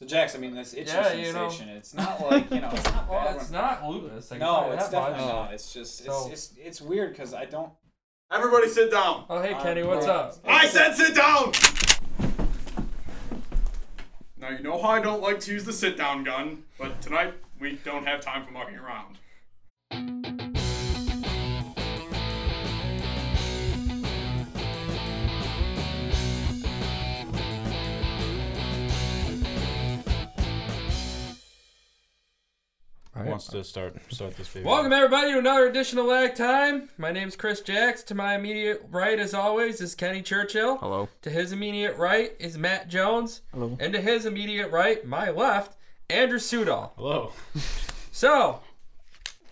So Jax, I mean, this itchy Yeah, you know. sensation. It's not like you know, it's not Well, bad. it's when- Oh, not lupus. I can tell no, you it's that much. definitely not. It's just it's So- it's, it's weird because I don't. Everybody sit down. Oh, hey, Um, Kenny, what's yeah. up? I said sit down. Now you know how I don't like to use the sit down gun, but tonight we don't have time for mucking around. wants to start start this video. Welcome, everybody, to another edition of Lag Time. My name's Chris Jacks. To my immediate right, as always, is Kenny Churchill. Hello. To his immediate right is Matt Jones. Hello. And to his immediate right, my left, Andrew Sudol. Hello. So,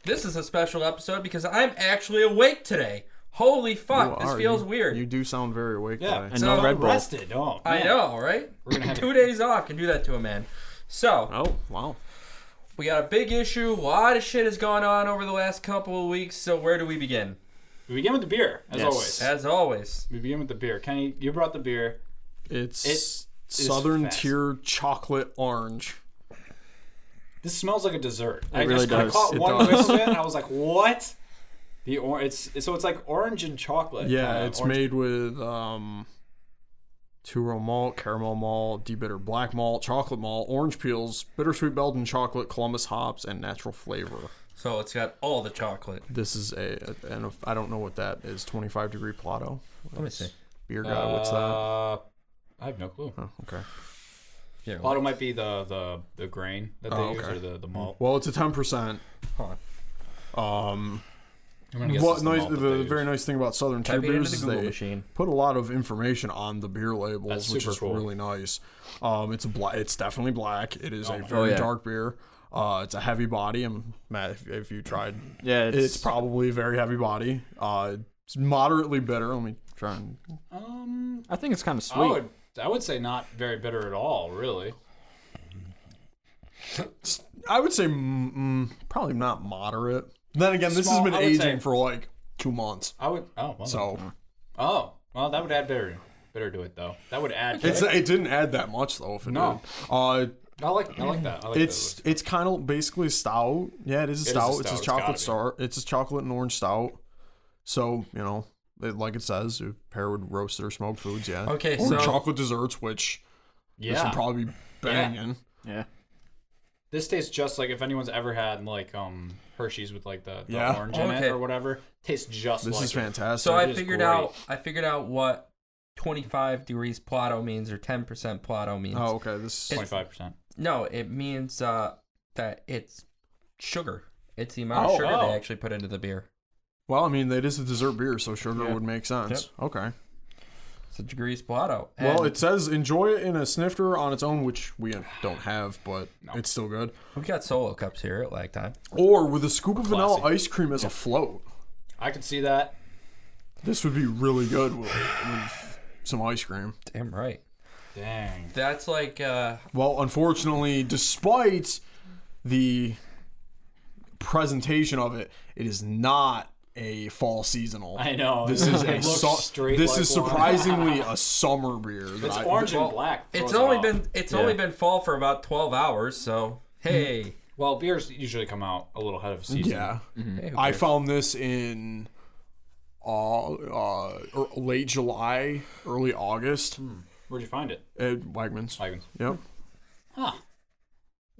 this is a special episode because I'm actually awake today. Holy fuck, You this are. feels You- weird. You do sound very awake Yeah, today. and So- no Red Bull. Rested. Oh, I man. know, right? gonna have Two a- days off can do that to a man. So, Oh, wow. we got a big issue. A lot of shit has gone on over the last couple of weeks. So, where do we begin? We begin with the beer, as Yes. always. As always, we begin with the beer. Kenny, you brought the beer. It's is Southern fast. Tier Chocolate Orange. This smells like a dessert. It I really just, I does. caught It one does. whiff of it, and I was like, "What?" The or it's so it's like orange and chocolate. Yeah, Uh, it's orange- made with um, two row malt, caramel malt, debitter black malt, chocolate malt, orange peels, bittersweet Belgian chocolate, Columbus hops, and natural flavor. so it's got all the chocolate. This is a, and if- I don't know what that is. Twenty five degree Plato. Let me see. Beer guy, what's that? Uh, I have no clue. Oh, okay. Here, Lotto might be the the the grain that they Oh, use okay. or the the malt. Well, it's a ten percent. hold Um, I'm gonna guess Well, it's nice, malt the, that the they use. very nice thing about Southern Tier Type it into beers the is Google they machine. put a lot of information on the beer labels, That's which super is cool. really nice. Um, it's a bla- it's definitely black. It Oh is a very Oh, yeah. dark beer. Uh, it's a heavy body. And Matt, if, if you tried, Yeah, it's, probably a very heavy body. Uh, it's moderately bitter. Let me try and Um, I think it's kind of I sweet. would I would say not very bitter at all, really. I would say mm, mm, probably not moderate. Then again, this Small, has been I would aging say- for like two months. I would. Oh, well, So oh, well, that would add bitter, bitter to it though. That would add. to it's it. it didn't add that much though. If it No. did. Uh, I like. I like that. I like It's it's kind of basically stout. Yeah, it is a is a stout. stout. It's It's a gotta chocolate be. star. It's a chocolate and orange stout. So you know, it, like it says, you pair with roasted or smoked foods. Yeah. Okay, Or so- chocolate desserts, which yeah. this would probably be banging. yeah. This tastes just like if anyone's ever had like um Hershey's with like the, the Yeah. orange in Okay. it or whatever. Tastes just This like is it. fantastic. So I is figured great. out I figured out what 25 degrees Plato means or 10% Plato means. oh, okay. This. twenty five percent. No, it means uh, that it's sugar. It's the amount Oh, of sugar wow. they actually put into the beer. Well, I mean, it is a dessert beer, so sugar would make sense. Okay. It's a degrees Plato. Well, And it says enjoy it in a snifter on its own, which we don't have, but it's still good. we've got solo cups here at lag time. Or with a scoop of vanilla Classy. ice cream as a float. I could see that. This would be really good with, with some ice cream. Damn right. Dang. That's like uh, Well, unfortunately, despite the presentation of it, it is not a fall seasonal. I know. This is a it looks su- straight. This like is one. surprisingly a summer beer. that It's I- orange and Well, black. it's throws it only off. been it's only been fall for about 12 hours. So Mm-hmm. hey, well. Beers usually come out a little ahead of season. Yeah, Hey, who I cares? found this in uh, uh, er- late July, early August Where'd you find it? at Wegmans. Like, Yep. huh.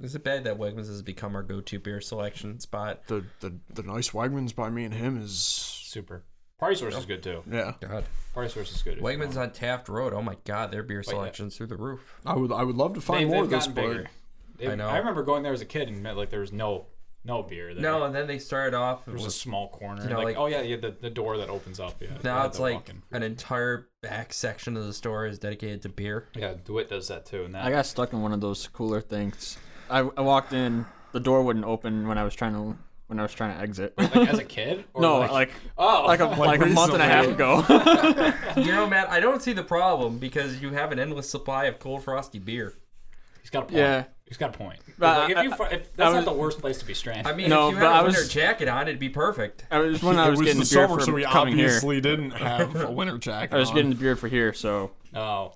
is it bad that Wegmans has become our go-to beer selection spot? The, the the nice Wegmans by me and him is Super. Party Source is good too. yeah. God, Party Source is good. if you want. Wegmans on Taft Road. Oh my God, their beer selection's through the roof. I would I would love to find They've- more they've of this, gotten but bigger. They- I know. I remember going there as a kid and like there was no no beer there. No, and then they started off It was a with small corner. you know, like, like- oh yeah, yeah, the, the door that opens up. Yeah. I now had it's to like walk in. an entire back section of the store is dedicated to beer. yeah, Dewitt does that too. And that I got stuck in one of those cooler things. I, I walked in, the door wouldn't open when I was trying to when I was trying to exit. like as a kid. Or no, like, like like, oh, a like a month and a half ago. You know, Matt, I don't see the problem because you have an endless supply of cold frosty beer. he's got a point. Yeah. he's got a point. But like, I- if you, fi- if, I that's not was- the worst place to be stranded. I mean, No, if you but had a I winter was- jacket on, it'd be perfect. I was when I It was, getting the the beer summer, for so we coming here. obviously didn't have a winter jacket. I was on. getting the beer for here, so Oh,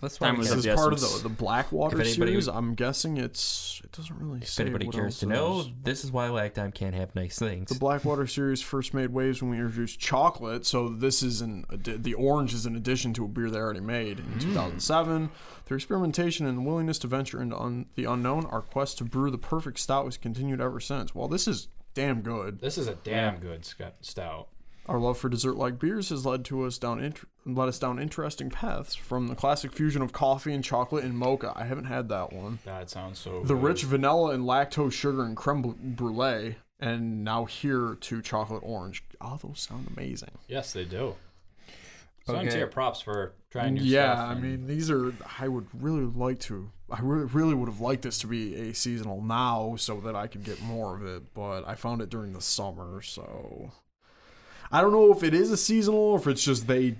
That's why Time we was can't- Is of this the part of essence. the, the Blackwater If anybody- series? I'm guessing it's. It doesn't really If say. anybody what cares else to it know, is. this is why Lagtime can't have nice things. The Blackwater series first made waves when we introduced chocolate, so this is an addi- the orange is an addition to a beer they already made in Mm. 2007. Their experimentation and willingness to venture into un- the unknown, our quest to brew the perfect stout, has continued ever since. Well, this is damn good. this is a damn good sc- stout. Our love for dessert-like beers has led to us down int- led us down interesting paths from the classic fusion of coffee and chocolate and mocha. I haven't had that one. That sounds so. The good. rich vanilla and lactose sugar and creme br- brulee, and now here to chocolate orange. Ah, those sound amazing. Yes, they do. So I'm Okay. tier props for trying new yeah, stuff. I and- mean, these are. I would really like to. I really, really would have liked this to be a seasonal now, so that I could get more of it. But I found it during the summer, so I don't know if it is a seasonal or if it's just they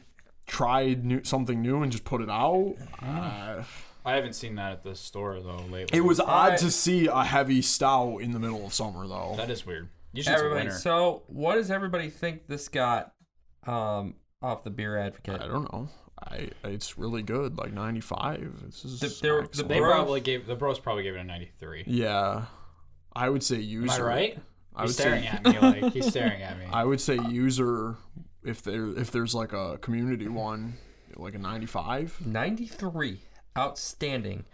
tried new, something new and just put it out. Uh, I haven't seen that at the store though lately. it was odd to see a heavy stout in the middle of summer, though. That is weird. You should Everybody, winter. so what does everybody think this got um, off the beer advocate? I don't know. I it's really good, like ninety five. This is The- there- the excellent. they Bro- probably gave the bros probably gave it a 93. yeah, I would say user. Am I right? I would he's staring say at me like he's staring at me. I would say user if there if there's like a community one, like a ninety five. 93. Outstanding.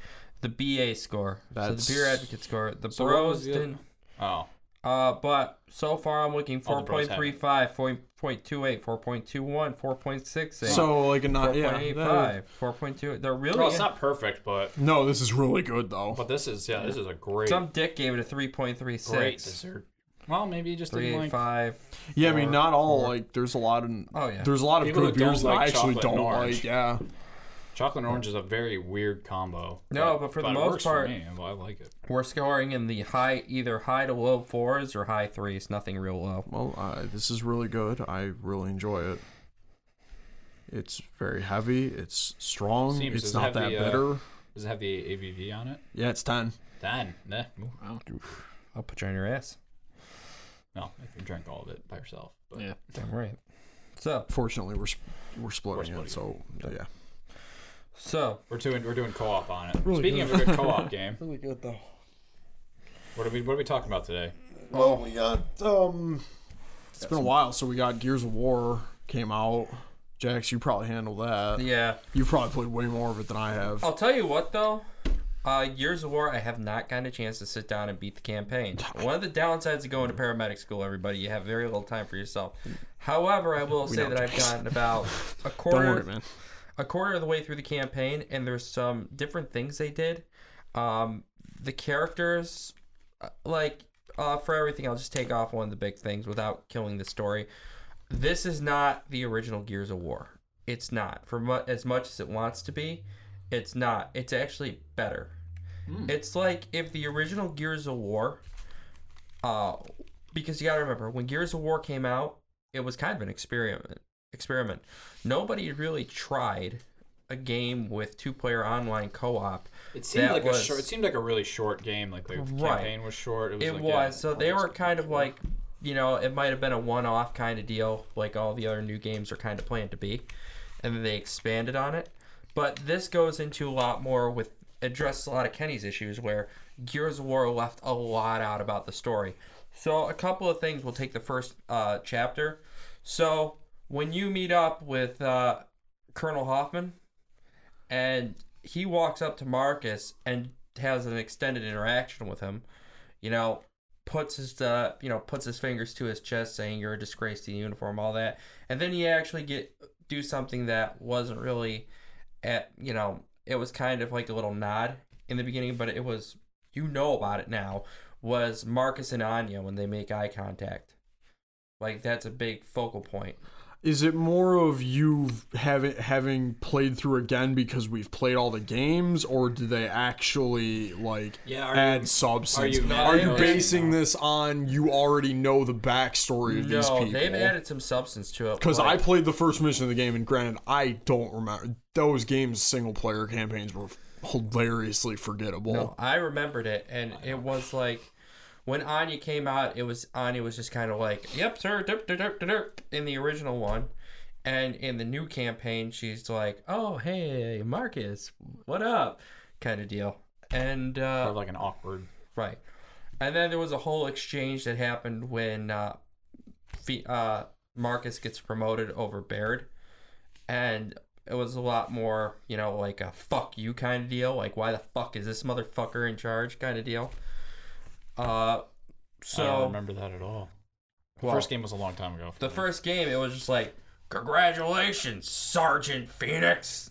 The BA score. That's- So the beer advocate score. The So what bros was the- didn't. Oh, Uh, but so far I'm looking All the bros 4.35, 4.28, 4.21, 4.68, So like a nine. Yeah. 4.85, that- 4.2. They're really. well, it's not perfect, but no, this is really good though. but this is yeah, this is a great Some dick gave it a 3.36. great dessert. Well, maybe you just didn't like. 3.85. Yeah, I mean not all four. like there's a lot of Oh, yeah. there's a lot of People good who don't beers that I like actually chocolate don't and orange. like. Yeah. Chocolate and orange is a very weird combo. No, but for the it most works part- for me. I like it. We're scoring in the high, either high to low fours or high threes. Nothing real low. Well, uh, this is really good. I really enjoy it. It's very heavy. It's strong. Seems it's as not heavy, that uh, bitter. Does it have the ABV on it? yeah, it's ten. Then, nah, ooh. I'll put you on your ass. no, if you drank all of it by yourself. But Yeah. Damn right. So, Fortunately, we're sp- we're splitting it, so yeah. so we're doing we're doing co-op on it. Speaking of a good co-op game, Really good though. what are we what are we talking about today? Well, we got um. It's been a while, so we got Gears of War came out. Jax, you probably handled that. yeah, You probably played way more of it than I have. Oh, I'll tell you what though. Uh, Years of War, I have not gotten a chance to sit down and beat the campaign. One of the downsides of going to paramedic school, everybody, you have very little time for yourself. However, I will say know, that I've gotten about a Don't quarter worry, man. a quarter of the way through the campaign, and there's some different things they did. Um, the characters, uh, like uh, for everything, I'll just take off one of the big things without killing the story. This is not the original Gears of War. It's not for mu- as much as it wants to be. It's not. It's actually better. Hmm. It's like if the original Gears of War, uh, because you gotta remember when Gears of War came out, it was kind of an experiment. Experiment. Nobody really tried a game with two-player online co-op. It seemed that like a was- short. It seemed like a really short game. Like the Right. campaign was short. It was. It like, was. uh, yeah, so they were kind of like, you know, it might have been a one off kind of deal, like all the other new games are kind of planned to be. And then they expanded on it. But this goes into a lot more with, addressed a lot of Kenny's issues where Gears of War left a lot out about the story. So a couple of things. We'll take the first uh, chapter. So when you meet up with uh, Colonel Hoffman, and he walks up to Marcus and has an extended interaction with him. You know, puts his uh, you know puts his fingers to his chest, saying "You're a disgrace to the uniform," all that, and then he actually get do something that wasn't really at you know it was kind of like a little nod in the beginning, but it was you know about it now was Marcus and Anya when they make eye contact. Like that's a big focal point. Is it more of you having having played through again because we've played all the games, or do they actually like Yeah, are add you- substance? are you- are you No, basing they- this on you already know the backstory of these no, people? they've added some substance to it. Because I like- played the first mission of the game, and granted, I don't remember those games. Single player campaigns were hilariously forgettable. No, I remembered it, and it was like when Anya came out. It was Anya was just kind of like, "Yep, sir," derp, derp, derp, derp, derp, in the original one, And in the new campaign, she's like, "Oh, hey, Marcus, what up?" kind of deal. And Or uh, like an awkward. Right. And then there was a whole exchange that happened when uh, Fe- uh, Marcus gets promoted over Baird. And it was a lot more, you know, like a fuck you kind of deal. Like, why the fuck is this motherfucker in charge kind of deal? Uh, I don't so remember that at all. The Well, first game was a long time ago. for the me. first game, it was just like, congratulations, Sergeant Phoenix.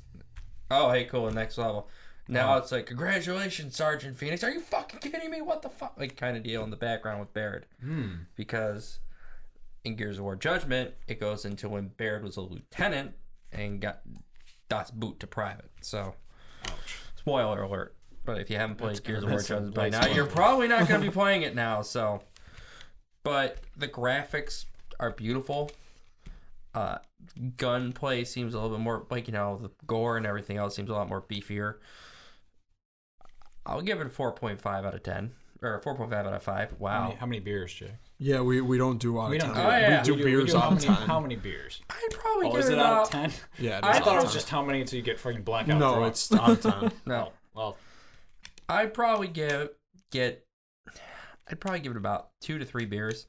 Oh, hey, cool, next level. Now it's like, congratulations, Sergeant Phoenix. Are you fucking kidding me? What the fuck? Like, kind of deal in the background with Baird. Because in Gears of War Judgment, it goes into when Baird was a lieutenant and got Dot's boot to private. So, spoiler alert. But if you haven't played Gears of War that's a Judgment by big now, you're spoiler. probably not going to be playing it now. So, but the graphics are beautiful. Uh, gunplay seems a little bit more like you know the gore and everything else seems a lot more beefier. I'll give it a four point five out of ten or four point five out of five. How Wow, many, how many beers, Jake? Yeah, we, we don't do out We of don't. time. do- Oh, yeah. We do beers how out of many, time. How many beers? I'd probably Oh, give is it it out of about ten? Yeah, it I is I out thought it of was time. just how many until you get fucking blackout. No, drunk. Oh, it's out of time. no. well, I'd probably give get I'd probably give it about two to three beers.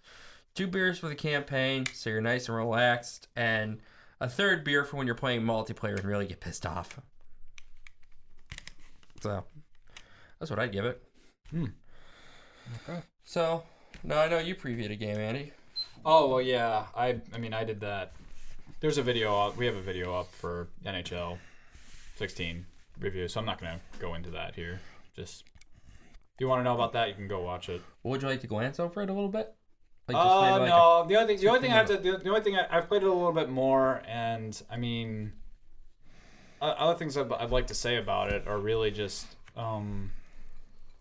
Two beers for the campaign, so you're nice and relaxed, and a third beer for when you're playing multiplayer and really get pissed off. So that's what I'd give it. Hmm. Okay. So no, I know you previewed a game, Andy. Oh well, yeah. I I mean, I did that. There's a video up. We have a video up for NHL 16 review, so I'm not gonna go into that here. Just if you want to know about that, you can go watch it. Would you like to glance over it a little bit? Like Uh, like, no, the only thing, the only two thing I have to, the, the only thing I, I've played it a little bit more, and I mean, o- other things I'd, I'd like to say about it are really just um,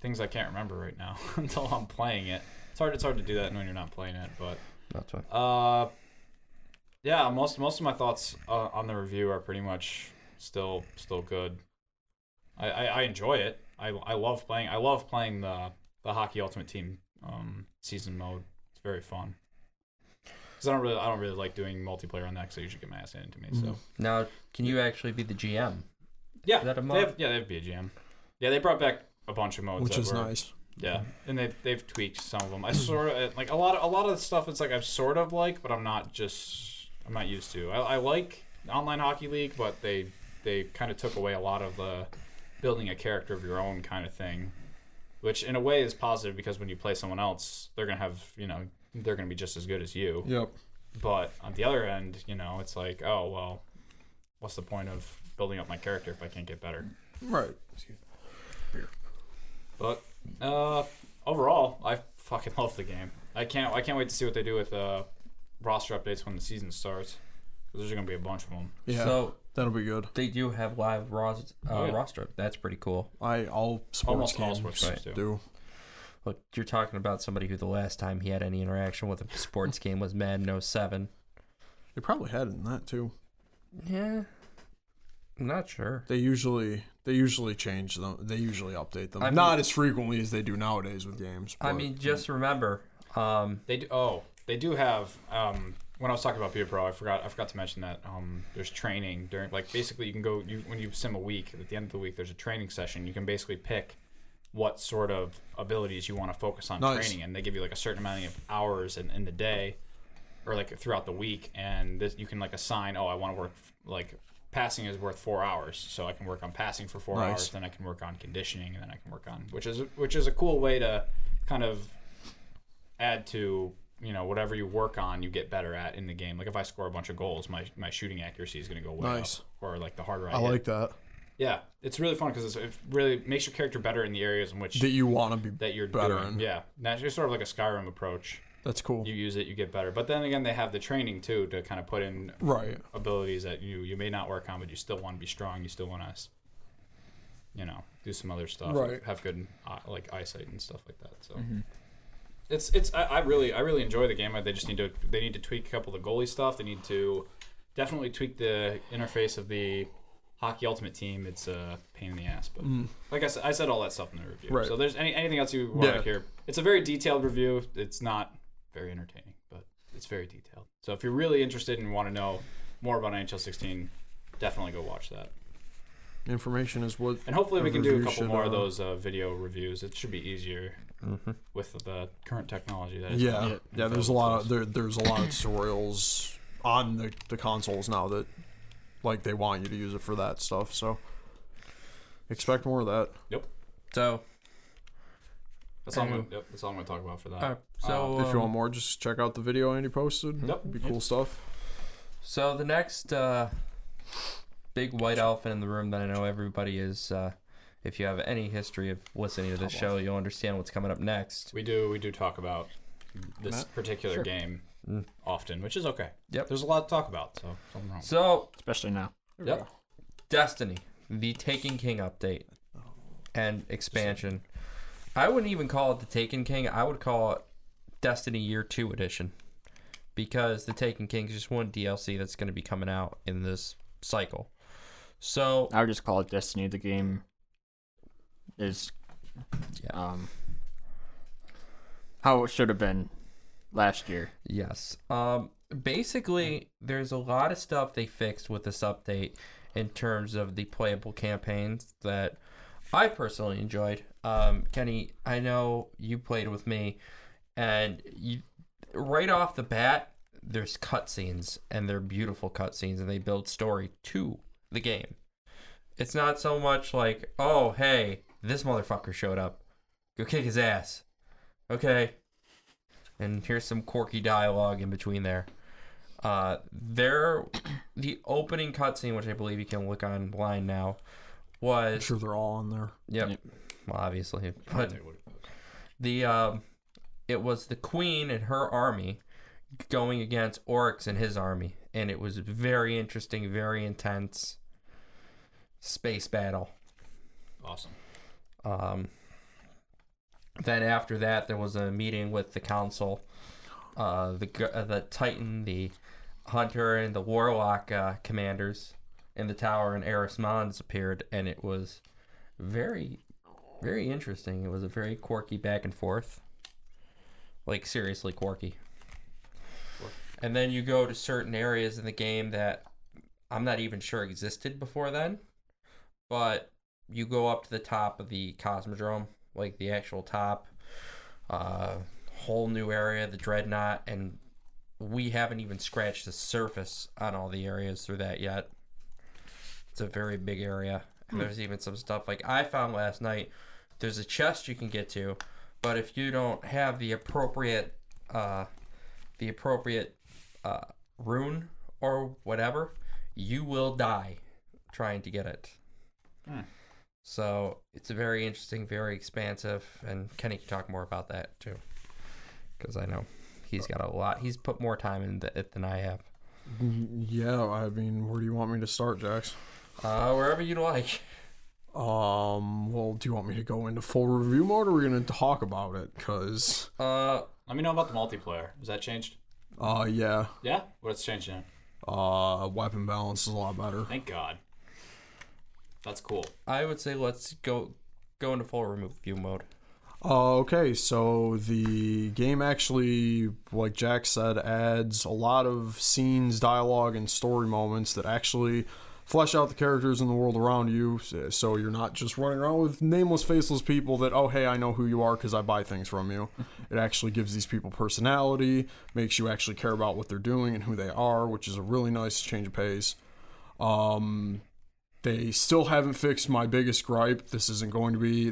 things I can't remember right now until I'm playing it. It's hard, it's hard to do that when you're not playing it, but that's fine. uh, yeah, most most of my thoughts uh, on the review are pretty much still still good. I, I, I enjoy it. I, I love playing. I love playing the the hockey ultimate team um, season mode. It's very fun. Cause I don't really I don't really like doing multiplayer on that because I usually get my ass handed to me. So Now can you actually be the GM? yeah, Is Mm. that a they mod? have, yeah they have BGM. Yeah, they brought back a bunch of modes, Which that is were- nice. Yeah, and they they've tweaked some of them. I sort of like a lot of a lot of the stuff. It's like I sort of like, but I'm not just I'm not used to. I, I like online hockey league, but they they kind of took away a lot of the building a character of your own kind of thing, which in a way is positive because when you play someone else, they're gonna have you know they're gonna be just as good as you. Yep. But on the other end, you know, it's like oh well, what's the point of building up my character if I can't get better? Right. But uh, overall, I fucking love the game. I can't. I can't wait to see what they do with uh, roster updates when the season starts. 'Cause There's gonna be a bunch of them. Yeah. So that'll be good. they do have live ros- uh, Oh, yeah. roster. That's pretty cool. I all sports Almost all games sports right, teams do. do. Look, you're talking about somebody who the last time he had any interaction with a sports game was Madden 07. They probably had it in that too. Yeah. I'm not sure. They usually they usually change them. They usually update them. I mean- Not as frequently as they do nowadays with games. I but- mean, just remember, um, They do. Oh, they do have. Um, when I was talking about Peer Pro, I forgot. I forgot to mention that um, there's training during. Like basically, you can go. You when you sim a week. At the end of the week, there's a training session. You can basically pick what sort of abilities you want to focus on Nice. training, and they give you like a certain amount of hours in, in the day, or like throughout the week, and this you can like assign. Oh, I want to work like passing is worth four hours, so I can work on passing for four Nice. hours. Then I can work on conditioning, and then I can work on which is which is a cool way to kind of add to you know whatever you work on you get better at in the game like if i score a bunch of goals my my shooting accuracy is going to go way Nice. up or like the harder i, I hit. like that. yeah it's really fun because it really makes your character better in the areas in which That you want to be that you're better doing in. yeah that's just sort of like a skyrim approach That's cool. you use it you get better but then again they have the training too to kind of put in right. abilities that you you may not work on but you still want to be strong you still want to you know do some other stuff Right. have good uh, like eyesight and stuff like that so it's it's I, I really I really enjoy the game they just need to they need to tweak a couple of the goalie stuff they need to definitely tweak the interface of the hockey ultimate team it's a pain in the ass but like I said I said all that stuff in the review Mm. Right. so there's any, anything else you want Yeah. to hear it's a very detailed review it's not very entertaining but it's very detailed so if you're really interested and want to know more about NHL 16, definitely go watch that. Information is what. And hopefully the we can do a review couple should, more of uh, Mm-hmm. those uh, video reviews. It should be easier with the current technology. That is Yeah, yeah. out there's available to a lot us. of there. There's a lot of tutorials on the, the consoles now that, like, they want you to use it for that stuff. So expect more of that. So, That's all, I'm gonna, yep, that's all I'm going to talk about for that. uh, so if you want um, more, just check out the video Andy posted. Yep. be cool stuff. so the next uh, big white elephant in the room that I know everybody is. Uh, if you have any history of listening to this show, you'll understand what's coming up next. We do we do talk about this particular game Mm. often, which is okay. Yep. There's a lot to talk about, so something wrong. So, especially now. Yep. Destiny, the Taken King update and expansion. I wouldn't even call it the Taken King. I would call it Destiny Year 2 Edition because the Taken King is just one DLC that's going to be coming out in this cycle. So, I would just call it Destiny. The game is Yeah. um how it should have been last year. yes. Um basically there's a lot of stuff they fixed with this update in terms of the playable campaigns that I personally enjoyed. Um Kenny, I know you played with me and you right off the bat there's cutscenes and they're beautiful cutscenes and they build story to the game it's not so much like oh hey this motherfucker showed up go kick his ass okay and here's some quirky dialogue in between there uh there the opening cutscene which i believe you can look online now I'm was sure they're all on there. Yep. Well, obviously, but the um, it was the queen and her army going against Oryx and his army, and it was very interesting, very intense space battle. Awesome. Um, then after that, there was a meeting with the council. Uh, the gu- uh, the Titan, the Hunter, and the Warlock uh, commanders in the tower, and Eris Mons appeared, and it was very, very interesting. It was a very quirky back and forth, like seriously quirky. And then you go to certain areas in the game that I'm not even sure existed before then, but you go up to the top of the Cosmodrome, like the actual top, uh, whole new area, the Dreadnought, and we haven't even scratched the surface on all the areas through that yet. It's a very big area. And there's even some stuff like I found last night. There's a chest you can get to, but if you don't have the appropriate, uh, the appropriate uh, rune or whatever, you will die trying to get it. So it's very interesting, very expansive, and Kenny can talk more about that too, because I know he's got a lot. He's put more time into it than I have. Yeah, I mean, where do you want me to start, Jax? Uh, wherever you'd like. Um, well, do you want me to go into full review mode or we are going to talk about it? Because, Uh, Let me know about the multiplayer. Has that changed? uh, yeah, Yeah? What's changed now? uh, weapon balance is a lot better. Thank God. That's cool. I would say let's go go into full remove view mode. Uh, okay, so the game actually, like Jack said, adds a lot of scenes, dialogue, and story moments that actually flesh out the characters in the world around you. So you're not just running around with nameless, faceless people that, oh, hey, I know who you are because I buy things from you. it actually gives these people personality, makes you actually care about what they're doing and who they are, which is a really nice change of pace. Um, they still haven't fixed my biggest gripe. This isn't going to be.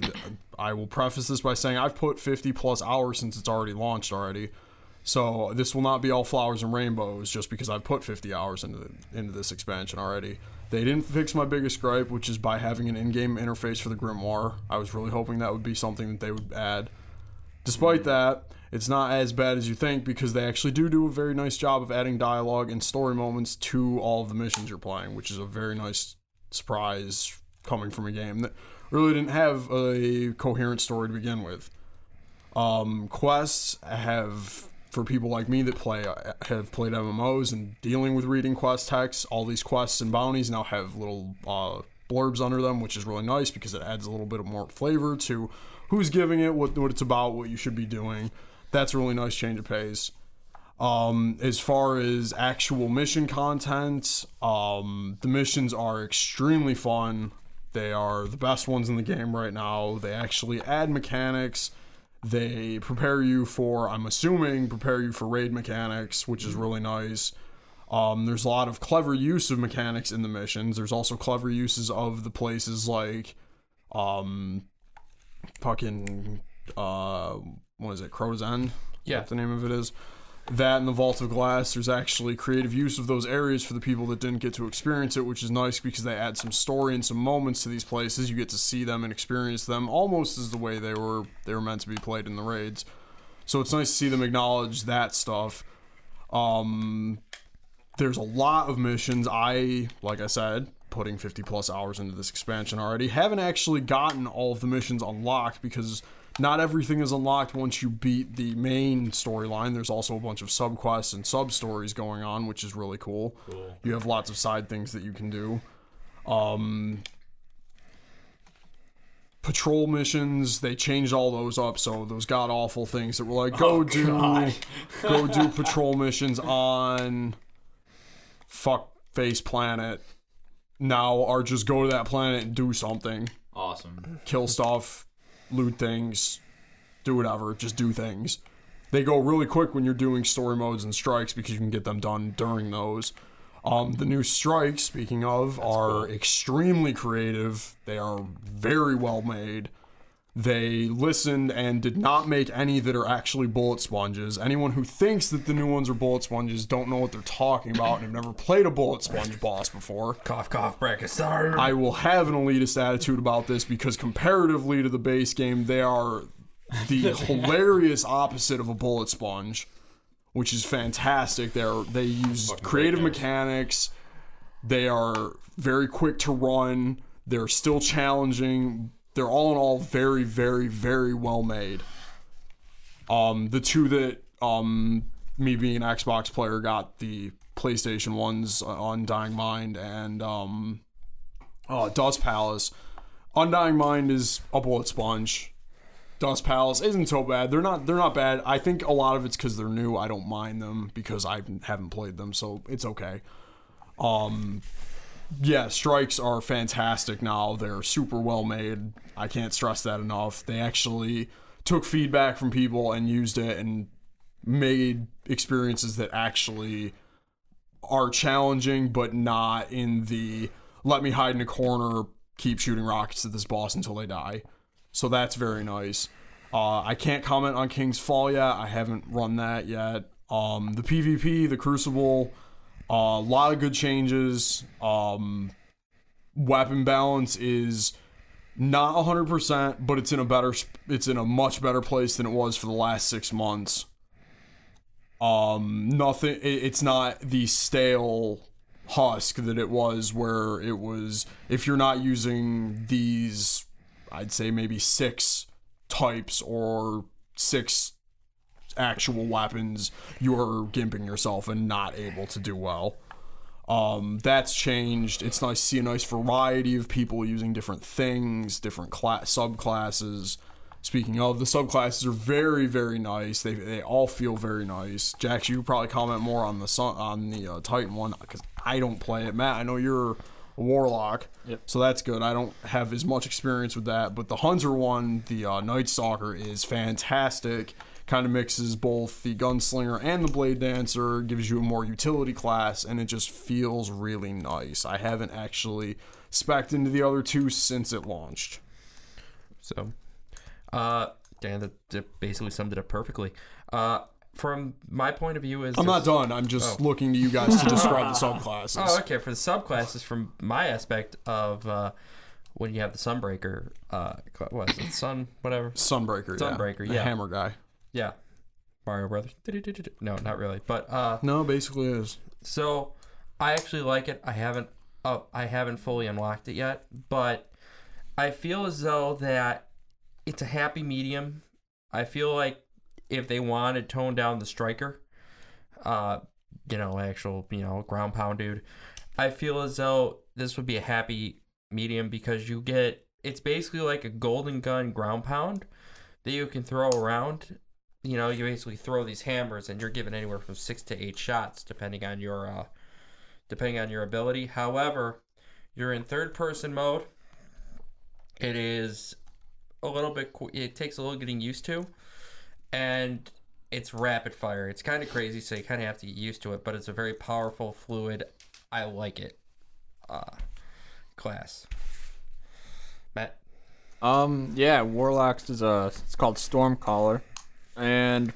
I will preface this by saying I've put 50 plus hours since it's already launched already. So this will not be all flowers and rainbows just because I've put 50 hours into the, into this expansion already. They didn't fix my biggest gripe, which is by having an in-game interface for the Grimoire. I was really hoping that would be something that they would add. Despite that, it's not as bad as you think because they actually do do a very nice job of adding dialogue and story moments to all of the missions you're playing, which is a very nice surprise coming from a game that really didn't have a coherent story to begin with. Um, quests have for people like me that play have played MMOs and dealing with reading quest text. All these quests and bounties now have little uh, blurbs under them, which is really nice because it adds a little bit of more flavor to who's giving it, what what it's about, what you should be doing. That's a really nice change of pace. Um, as far as actual mission content, um, the missions are extremely fun. They are the best ones in the game right now. They actually add mechanics. They prepare you for, I'm assuming, prepare you for raid mechanics, which is really nice. Um, there's a lot of clever use of mechanics in the missions. There's also clever uses of the places like um fucking uh what is it crow's end Yeah. what the name of it is that and the vault of glass there's actually creative use of those areas for the people that didn't get to experience it which is nice because they add some story and some moments to these places you get to see them and experience them almost as the way they were they were meant to be played in the raids so it's nice to see them acknowledge that stuff um there's a lot of missions. I, like I said, putting 50 plus hours into this expansion already, haven't actually gotten all of the missions unlocked because not everything is unlocked once you beat the main storyline. There's also a bunch of subquests and sub stories going on, which is really cool. You have lots of side things that you can do. Um, patrol missions they changed all those up so those god awful things that were like go do go do patrol missions on fuck face planet now are just go to that planet and do something Awesome. kill stuff loot things do whatever just do things they go really quick when you're doing story modes and strikes because you can get them done during those um, the new strikes speaking of are extremely creative they are very well made they listened and did not make any that are actually bullet sponges. Anyone who thinks that the new ones are bullet sponges don't know what they're talking about and have never played a bullet sponge boss before. Cough, cough, bracket star. I will have an elitist attitude about this because comparatively to the base game, they are the hilarious opposite of a bullet sponge, which is fantastic. They're they use creative mechanics. They are very quick to run. They're still challenging. They're all in all very, very, very well made. Um, the two that um, me being an Xbox player got the PlayStation ones, uh, Undying Mind and um, Oh, Dust Palace. Undying Mind is a bullet sponge. Dust Palace isn't so bad. They're not. They're not bad. I think a lot of it's because they're new. I don't mind them because I haven't played them, so it's okay. Um, yeah, strikes are fantastic now. They're super well made. I can't stress that enough. They actually took feedback from people and used it and made experiences that actually are challenging, but not in the let me hide in a corner, keep shooting rockets at this boss until they die. So that's very nice. Uh, I can't comment on King's Fall yet. I haven't run that yet. Um, the PvP, the Crucible, a lot of good changes. Um, weapon balance is not 100%, but it's in a better, sp- it's in a much better place than it was for the last six months um nothing it, it's not the stale husk that it was where it was if you're not using these i'd say maybe six types or six actual weapons you're gimping yourself and not able to do well um, that's changed. It's nice to see a nice variety of people using different things, different class subclasses. Speaking of, the subclasses are very, very nice. They, they all feel very nice. Jax, you could probably comment more on the sun, on the uh, Titan one because I don't play it. Matt, I know you're a warlock, so that's good. I don't have as much experience with that, but the Hunter one, the uh, Night Stalker, is fantastic. Kind of mixes both the gunslinger and the blade dancer, gives you a more utility class, and it just feels really nice. I haven't actually specced into the other two since it launched. So, uh, Dan, that, that basically summed it up perfectly. Uh, from my point of view, is I'm not done. I'm just looking to you guys to describe the subclasses. Oh, okay. For the subclasses, from my aspect of uh, when you have the Sunbreaker, uh, cla- what is it? Sun, whatever. Sunbreaker, yeah. Sunbreaker, The yeah. hammer guy. Yeah, Mario Brothers. No, not really. But uh, No, basically it is. so I actually like it. I haven't uh, I haven't fully unlocked it yet, but I feel as though that it's a happy medium. I feel like if they wanted to tone down the striker, uh, you know, actual, you know, ground pound dude, I feel as though this would be a happy medium because you get it's basically like a golden gun ground pound that you can throw around you know, you basically throw these hammers and you're given anywhere from six to eight shots depending on your uh, depending on your ability. However, you're in third person mode. It is a little bit. qu- It takes a little getting used to, and it's rapid fire. It's kind of crazy, so you kind of have to get used to it. But it's a very powerful, fluid. I like it. Uh, class. Matt. Um, yeah, Warlocks is a it's called Stormcaller, and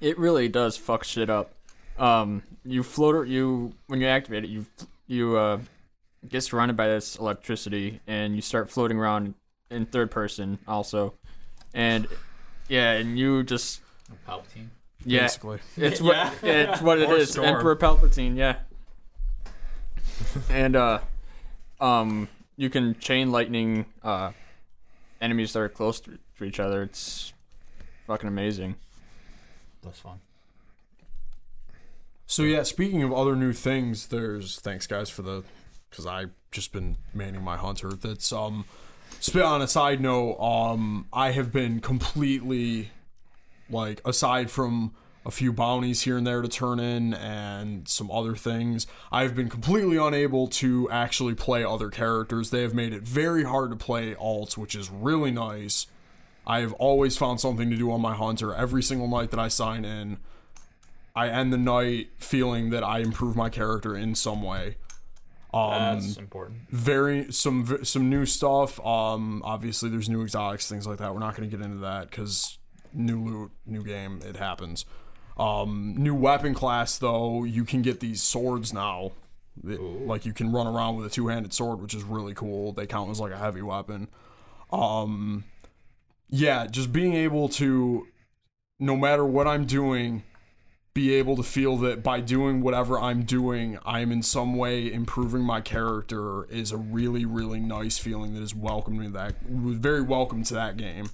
it really does fuck shit up. Um, you floater you when you activate it, you you uh get surrounded by this electricity, and you start floating around in third person also, and yeah, and you just Palpatine. yeah, basically. it's what it's what it Or is. Storm. Emperor Palpatine, yeah. and uh um you can chain lightning uh enemies that are close to, to each other. It's fucking amazing. That's fun. So yeah, speaking of other new things, there's thanks guys for the because I just been manning my hunter. That's um, spit on a side note. Um, I have been completely like aside from a few bounties here and there to turn in and some other things, I've been completely unable to actually play other characters. They have made it very hard to play alts, which is really nice. I have always found something to do on my hunter every single night that I sign in. I end the night feeling that I improve my character in some way. Um, That's important. very some v- some new stuff. Um, obviously there's new exotics, things like that. We're not going to get into that because new loot, new game, it happens. Um, new weapon class though, you can get these swords now. that- Like you can run around with a two-handed sword, which is really cool. They count as like a heavy weapon. Um, yeah, just being able to, no matter what I'm doing, be able to feel that by doing whatever I'm doing, I'm in some way improving my character is a really, really nice feeling that is welcome to that was very welcome to that game.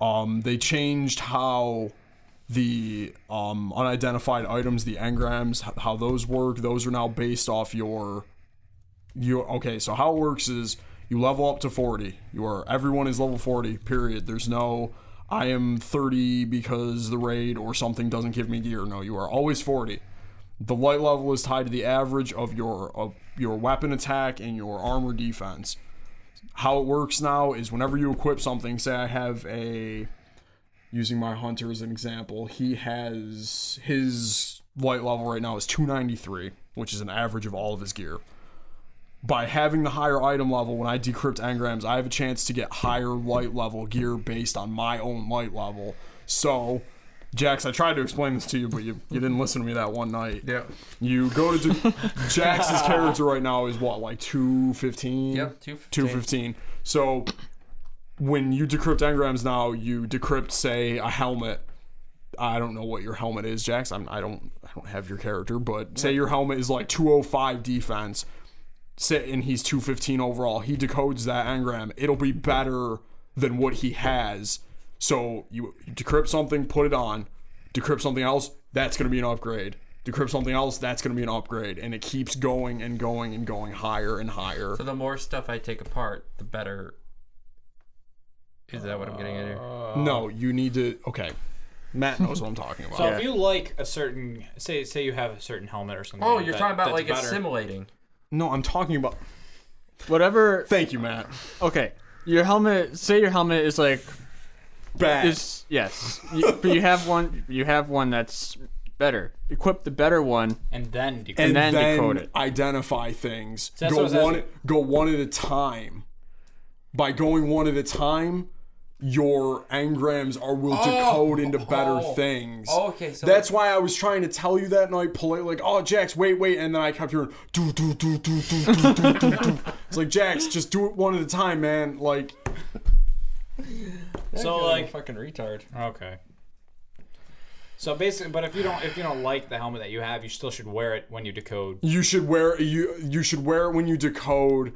Um, they changed how the um, unidentified items, the engrams, h- how those work. Those are now based off your you okay so how it works is you level up to 40 you are everyone is level 40 period there's no i am 30 because the raid or something doesn't give me gear no you are always 40 the light level is tied to the average of your of your weapon attack and your armor defense how it works now is whenever you equip something say i have a using my hunter as an example he has his light level right now is 293 which is an average of all of his gear by having the higher item level when I decrypt engrams, I have a chance to get higher light level gear based on my own light level. So, Jax, I tried to explain this to you, but you, you didn't listen to me that one night. Yeah. You go to do- Jax's character right now is what, like 215? Yep. Two. 215. So when you decrypt engrams now, you decrypt say a helmet. I don't know what your helmet is, Jax. I'm, I don't I don't have your character, but say your helmet is like 205 defense. Say and he's 215 overall. He decodes that engram. It'll be better than what he has. So you decrypt something, put it on. Decrypt something else, that's going to be an upgrade. Decrypt something else, that's going to be an upgrade, and it keeps going and going and going higher and higher. So the more stuff I take apart, the better. Is that what I'm getting at here? Uh, No, you need to. Okay, Matt knows what I'm talking about. So if you like a certain, say, say you have a certain helmet or something. Oh, you're that- talking about that's like better. assimilating. No, I'm talking about. Whatever Thank you, Matt. okay. Your helmet say your helmet is like Bad. is yes. You, but you have one you have one that's better. Equip the better one. And then you and can then, then decode it. identify things. that's go what I was one. asking. Go one at a time. By going one at a time, your engrams are will decode into better Oh. things. Oh, okay, so- that's why I was trying to tell you that night, polite, like, "Oh, Jax, wait, wait," and then I kept hearing, "Do do do do do do do do." do." It's like, Jax, just do it one at a time, man. Like, so like fucking retard. Okay. So basically, but if you don't if you don't like the helmet that you have, you still should wear it when you decode. you should wear you you should wear it when you decode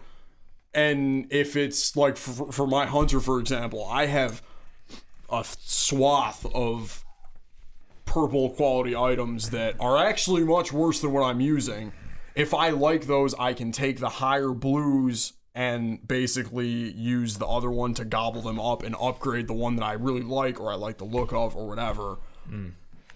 and if it's like for, for my hunter for example i have a swath of purple quality items that are actually much worse than what i'm using if i like those i can take the higher blues and basically use the other one to gobble them up and upgrade the one that I really like or I like the look of or whatever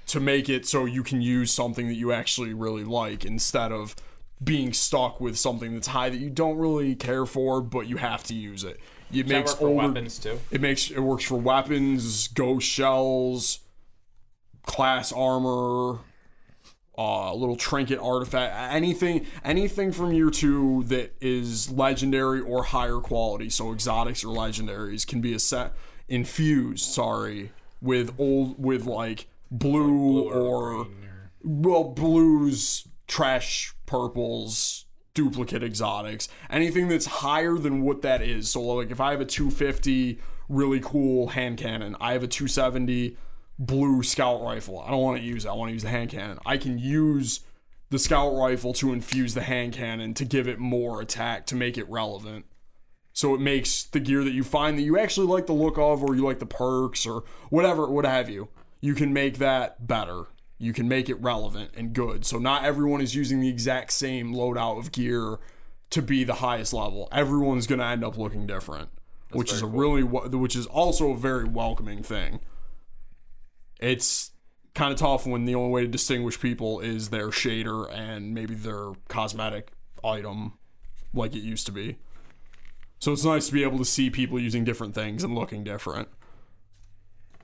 to make it so you can use something that you actually really like instead of being stuck with something that's high that you don't really care for but you have to use it. Does It that makes work for older- weapons too. it makes it works for weapons, ghost shells, class armor, uh, little trinket artifact, anything, anything from year two that is legendary or higher quality. So exotics or legendaries can be a set infused. Sorry, with old with like blue, or, well blues, trash purples. Duplicate exotics, anything that's higher than what that is. So, like, if I have a 250 really cool hand cannon, I have a 270 blue scout rifle. I don't want to use it. I want to use the hand cannon. I can use the scout rifle to infuse the hand cannon to give it more attack to make it relevant. So it makes the gear that you find that you actually like the look of or you like the perks or whatever, what have you. You can make that better. You can make it relevant and good. So not everyone is using the exact same loadout of gear to be the highest level. Everyone's going to end up looking different, which is a really wa- which is also a very welcoming thing it's kind of tough when the only way to distinguish people is their shader and maybe their cosmetic item like it used to be. So it's nice to be able to see people using different things and looking different.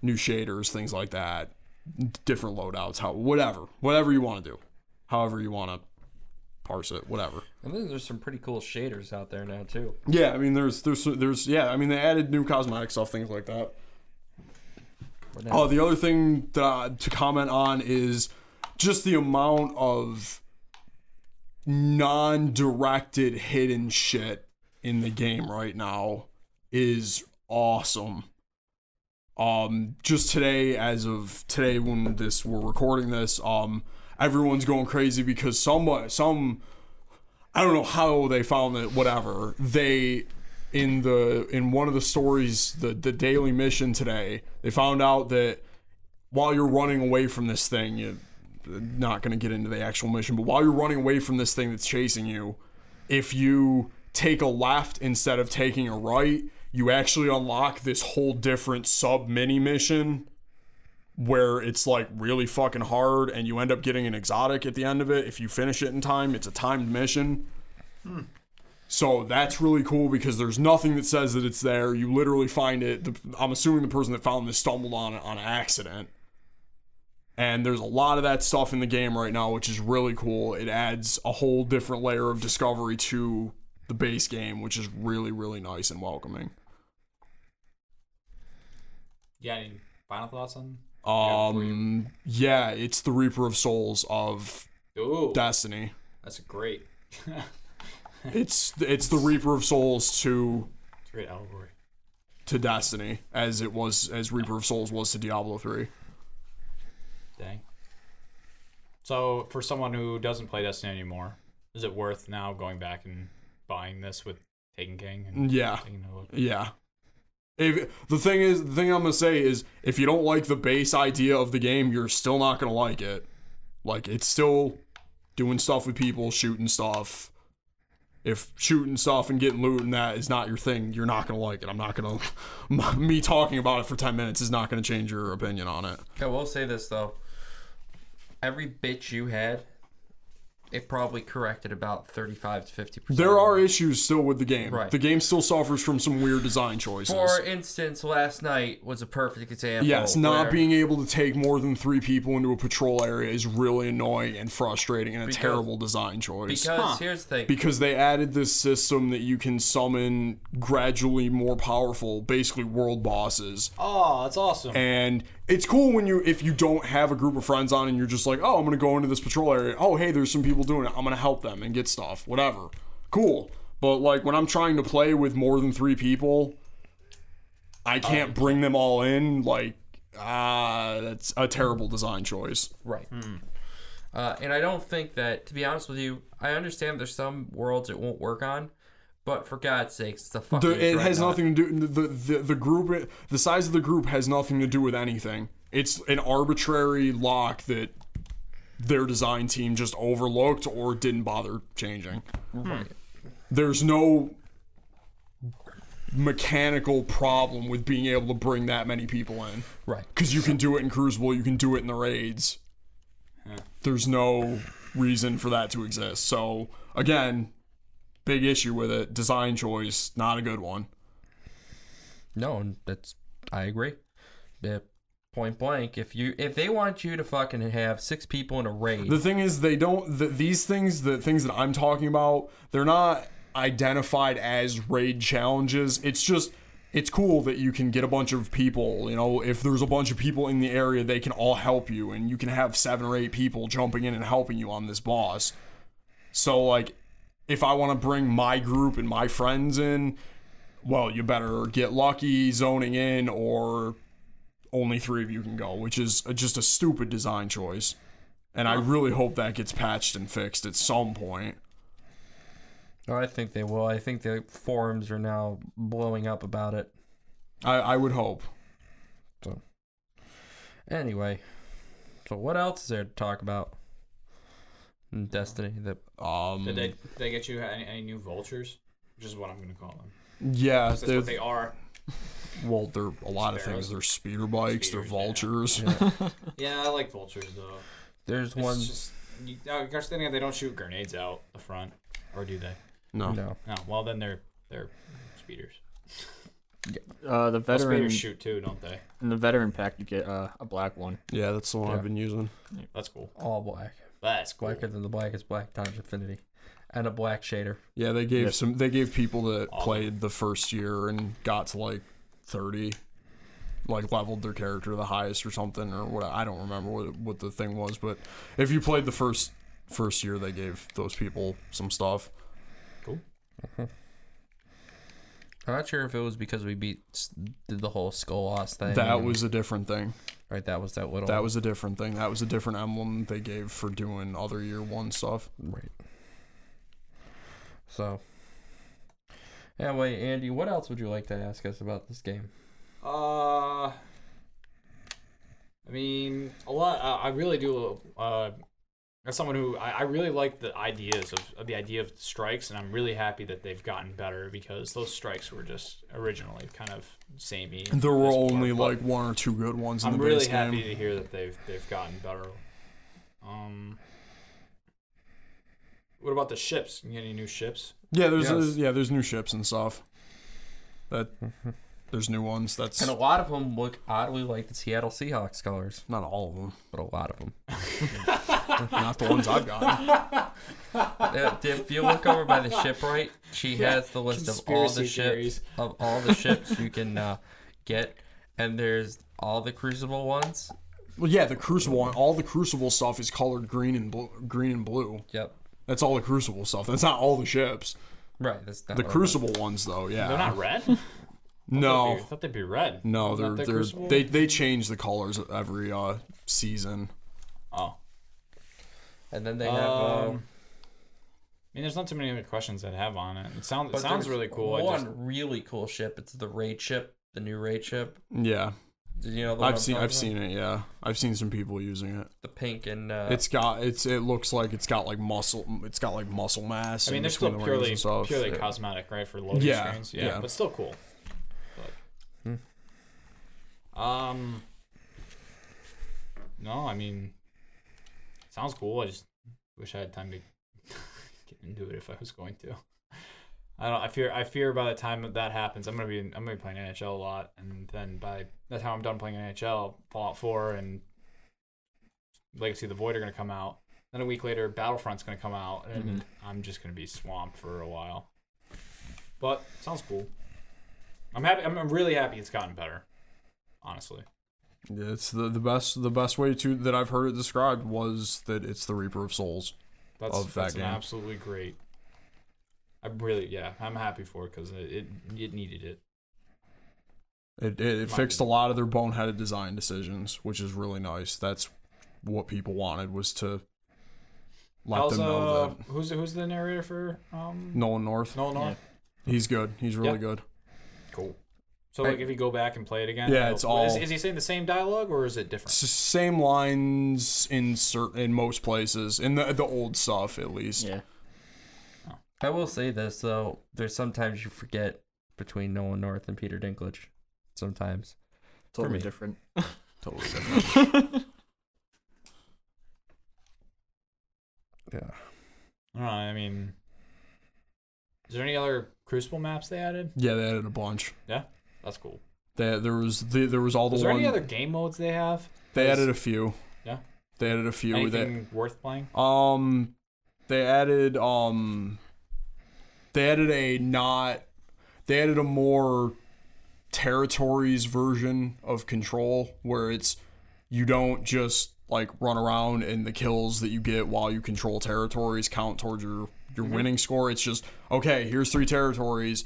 New shaders, things like that, different loadouts, how whatever, whatever you want to do. However you want to parse it, whatever. And then there's some pretty cool shaders out there now too. Yeah, I mean there's there's there's yeah, I mean they added new cosmetic stuff, things like that. But now- Oh, the other thing that, uh, to comment on is just the amount of non-directed hidden shit in the game right now is awesome. Um, just today, as of today when this we're recording this, um, everyone's going crazy because somebody, some I don't know how they found it. Whatever they in the in one of the stories, the the daily mission today, they found out that while you're running away from this thing, you not going to get into the actual mission, but while you're running away from this thing that's chasing you, if you take a left instead of taking a right, you actually unlock this whole different sub mini mission where it's like really fucking hard and you end up getting an exotic at the end of it. If you finish it in time, it's a timed mission. So that's really cool because there's nothing that says that it's there. You literally find it. The, I'm assuming the person that found this stumbled on it on accident. And there's a lot of that stuff in the game right now, which is really cool. It adds a whole different layer of discovery to the base game, which is really, really nice and welcoming. Yeah. Any final thoughts on? Um, yeah, it's the Reaper of Souls of Ooh, Destiny. that's great. It's it's the Reaper of Souls to great allegory. to Destiny as it was as Reaper of Souls was to Diablo 3. Dang. So, for someone who doesn't play Destiny anymore, is it worth now going back and buying this with Taken King and Yeah. taking a look? Yeah. If the thing is, the thing I'm gonna say is, if you don't like the base idea of the game, you're still not gonna like it. Like it's still doing stuff with people, shooting stuff. If shooting stuff and getting loot and that is not your thing, you're not gonna like it. I'm not gonna. me talking about it for ten minutes is not gonna change your opinion on it. I will say this though. Every bitch you had, it probably corrected about thirty-five to fifty percent. There are issues still with the game. Right. The game still suffers from some weird design choices. For instance, last night was a perfect example. Yes, not Oh, where- being able to take more than three people into a patrol area is really annoying and frustrating and a terrible design choice. because here's the thing. Because they added this system that you can summon gradually more powerful, basically world bosses. Oh, that's awesome. And it's cool when you if you don't have a group of friends on and you're just like, oh, I'm gonna go into this patrol area. Oh, hey, there's some people doing it. I'm gonna help them and get stuff. Whatever. Cool. But like when I'm trying to play with more than three people, I can't bring them all in. Like, ah, that's a terrible design choice. Right. Hmm. Uh, and I don't think that, to be honest with you, I understand there's some worlds it won't work on, but for God's sakes, it's the fucking. The, it has dreadnought. nothing to do. The, the the group, the size of the group has nothing to do with anything. It's an arbitrary lock that their design team just overlooked or didn't bother changing. There's no mechanical problem with being able to bring that many people in. Right. Because you can do it in Crucible, you can do it in the raids. There's no reason for that to exist. So, again, big issue with it. Design choice, not a good one. No, and that's I agree. Yeah, point blank, if you if they want you to fucking have six people in a raid, The thing is, they don't. Th- these things, the things that I'm talking about, they're not identified as raid challenges. It's just, it's cool that you can get a bunch of people. You know, if there's a bunch of people in the area, they can all help you, and you can have seven or eight people jumping in and helping you on this boss. So, like, if I want to bring my group and my friends in, well, you better get lucky zoning in, or only three of you can go, which is uh, just a stupid design choice. And I really hope that gets patched and fixed at some point. Oh, I think they will. I think the forums are now blowing up about it. I, I would hope. Anyway, so what else is there to talk about? in Destiny, that Um, Did they, did they get you any, any new vultures? Which is what I'm going to call them. yeah, 'Cause That's what they- they are. well, they're a lot of Sparrows. things. They're speeder bikes, they're Speeders, vultures. Yeah, I like vultures though. there's It's one. just you, uh, gosh, they they don't shoot grenades out the front, or do they? No. No, No. Well, then they're they're speeders. Uh, Well, the veteran speeders shoot too, don't they? in the veteran pack you get uh, a black one. Yeah, that's the one Yeah. I've been using. That's cool. all black, That's cool. blacker than the black is black times infinity, and a black shader. Yeah, they gave Yep. some. They gave people that Awesome. played the first year and got to like thirty, like leveled their character to the highest or something or what. I don't remember what what the thing was, but if you played the first first year, they gave those people some stuff. I'm not sure if it was because we beat s- did the whole skull loss thing. That and- was a different thing. right. That was that little. That was a different thing. That was a different emblem they gave for doing other year one stuff. Right. So. Anyway, Andy, what else would you like to ask us about this game? Uh, I mean, a lot. I I really do. Uh, as someone who I, I really like the ideas of, of the idea of strikes, and I'm really happy that they've gotten better because those strikes were just originally kind of samey. There were Just more- only but like one or two good ones in I'm the really base happy game. to hear that they've they've gotten better. Um, what about the ships? You get any new ships? Yeah, there's uh, Yes. yeah, there's new ships and stuff. That there's new ones. That's And a lot of them look oddly like the Seattle Seahawks colors, not all of them. but a lot of them. Not the ones I've got. if if you look over by the shipwright, she has the list of all the conspiracy ships theories. of all the ships you can uh, get, and there's all the Crucible ones. Well, yeah, the Crucible one. All the Crucible stuff is colored green and blue. Green and blue. Yep. That's all the Crucible stuff. That's not all the ships. Right. That's not The what I Crucible ones, though, yeah. They're not red. I no, thought they'd be red. no, Not the they're, they're Crucible? they they change the colors every uh season. Oh. meant. And then they have. Um, Um, I mean, there's not too many other questions that I have on it. It sounds it but sounds there's really cool. I One just, really cool ship. It's the raid ship, the new raid ship. Yeah, Do You know, the one I'm I've seen talking I've about? seen it. Yeah, I've seen some people using it. the pink and uh, It's got it's it looks like it's got like muscle it's got like muscle mass. I mean, in they're still between the rings purely and stuff. purely Yeah. cosmetic, right? For loading Yeah, screens, yeah, yeah. but still cool. But, um, no, I mean, sounds cool. I just wish I had time to get into it if I was going to. I don't. I fear. I fear by the time that, that happens, I'm gonna be. I'm gonna be playing NHL a lot, and then by the time I'm done playing NHL, Fallout Four and Legacy of the Void are gonna come out. Then a week later, Battlefront's gonna come out, and Mm-hmm. I'm just gonna be swamped for a while. But sounds cool. I'm happy. I'm, I'm really happy it's gotten better. Honestly, It's the, the best the best way to that I've heard it described was that it's the Reaper of Souls. that's Of that that's an game. absolutely great. I'm really yeah. I'm happy for it because it, it it needed it. It it, it Might fixed be. a lot of their boneheaded design decisions, which is really nice. That's what people wanted was to let How's, them know uh, that who's who's the narrator for um Nolan North. Nolan North? He's good. He's really Yeah. good. Cool. So like if you go back and play it again, Yeah, you'll- it's all- Is, is he saying the same dialogue or is it different? S- Same lines in certain in most places in the the old stuff at least. Yeah. I will say this though, there's sometimes you forget between Nolan North and Peter Dinklage sometimes. Totally me. different. Totally different. Yeah. I don't know, I mean, is there any other Crucible maps they added? yeah, they added a bunch. That's cool. They, there was the, there was all the Is there one any other game modes they have? they is- added a few. Yeah? They added a few. They, Anything worth playing? Um, they added um, they added a not, they added a more territories version of control where it's you don't just like run around and the kills that you get while you control territories count towards your your Mm-hmm. winning score. It's just okay. Here's three territories.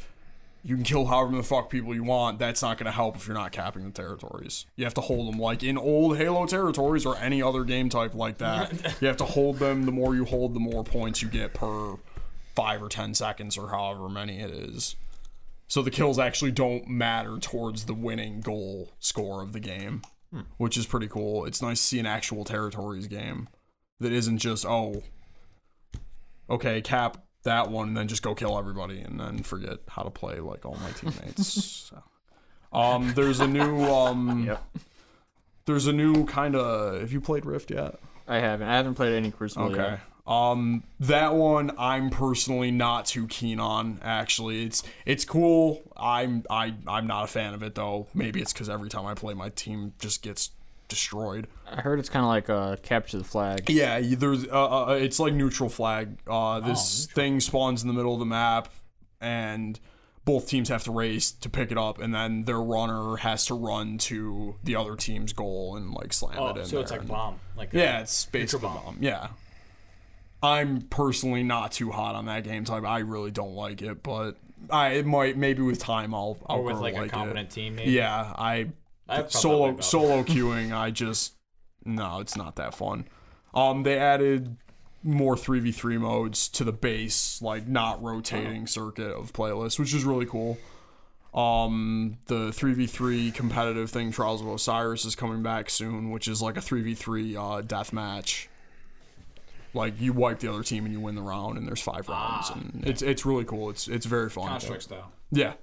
You can kill however the fuck people you want. That's not going to help if you're not capping the territories. You have to hold them like in old Halo territories or any other game type like that. you have to hold them. The more you hold, the more points you get per five or ten seconds or however many it is. So the kills actually don't matter towards the winning goal score of the game, which is pretty cool. It's nice to see an actual territories game that isn't just oh, okay, cap that one and then just go kill everybody and then forget how to play like all my teammates. so. Um, there's a new um, there's a new kind of. Have you played Rift yet? I haven't. I haven't played any Crucible Okay. yet. Um, that one I'm personally not too keen on. Actually, it's it's cool. I'm I I'm not a fan of it though. Maybe it's because every time I play, my team just gets destroyed. I heard it's kind of like uh, capture the flag. Yeah, you- there's uh, uh, it's like neutral flag. Uh, Oh, this thing spawns in the middle of the map, and both teams have to race to pick it up, and then their runner has to run to the other team's goal and like slam it Oh, in. so it's there. like bomb. Like a- Yeah, it's basically bomb. bomb. Yeah. I'm personally not too hot on that game type. I really don't like it, but I it might maybe with time I'll I'll or with grow like, a like competent it. team. Maybe. Yeah, I I felt that way solo about solo queuing. I just no, it's not that fun. Um, they added more three v three modes to the base, like not rotating circuit of playlists, which is really cool. Um, the three v three competitive thing, Trials of Osiris, is coming back soon, which is like a three v three uh death match. Like you wipe the other team and you win the round, and there's five rounds, and it's it's really cool. It's it's very fun. Construct style. Yeah,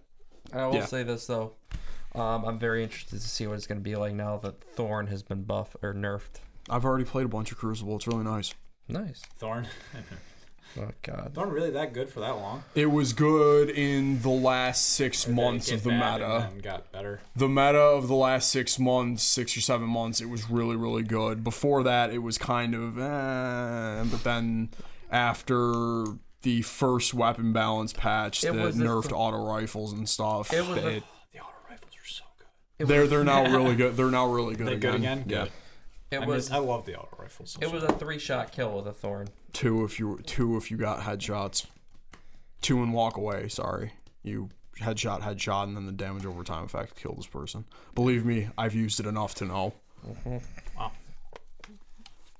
And I will Yeah. say this though, um, I'm very interested to see what it's going to be like now that Thorn has been buffed or nerfed. I've already played a bunch of Crucible. It's really nice. Nice. Thorn. Oh God. Thorn really that good for that long? It was good in the last six months It of the came bad meta. And then got better. The meta of the last six months, six or seven months, it was really, really good. Before that, it was kind of, eh, but then after the first weapon balance patch It that was the nerfed th- auto rifles and stuff, It was they, the, The auto rifles are so good. they're they're now really good. They're now really good. They're again. good again. Yeah, Good. I, it miss- was I love the auto rifles. it was a three shot kill with a Thorn. two if you two if you got headshots, two and walk away. Sorry, you headshot, headshot, and then the damage over time effect kill this person. Believe me, I've used it enough to know.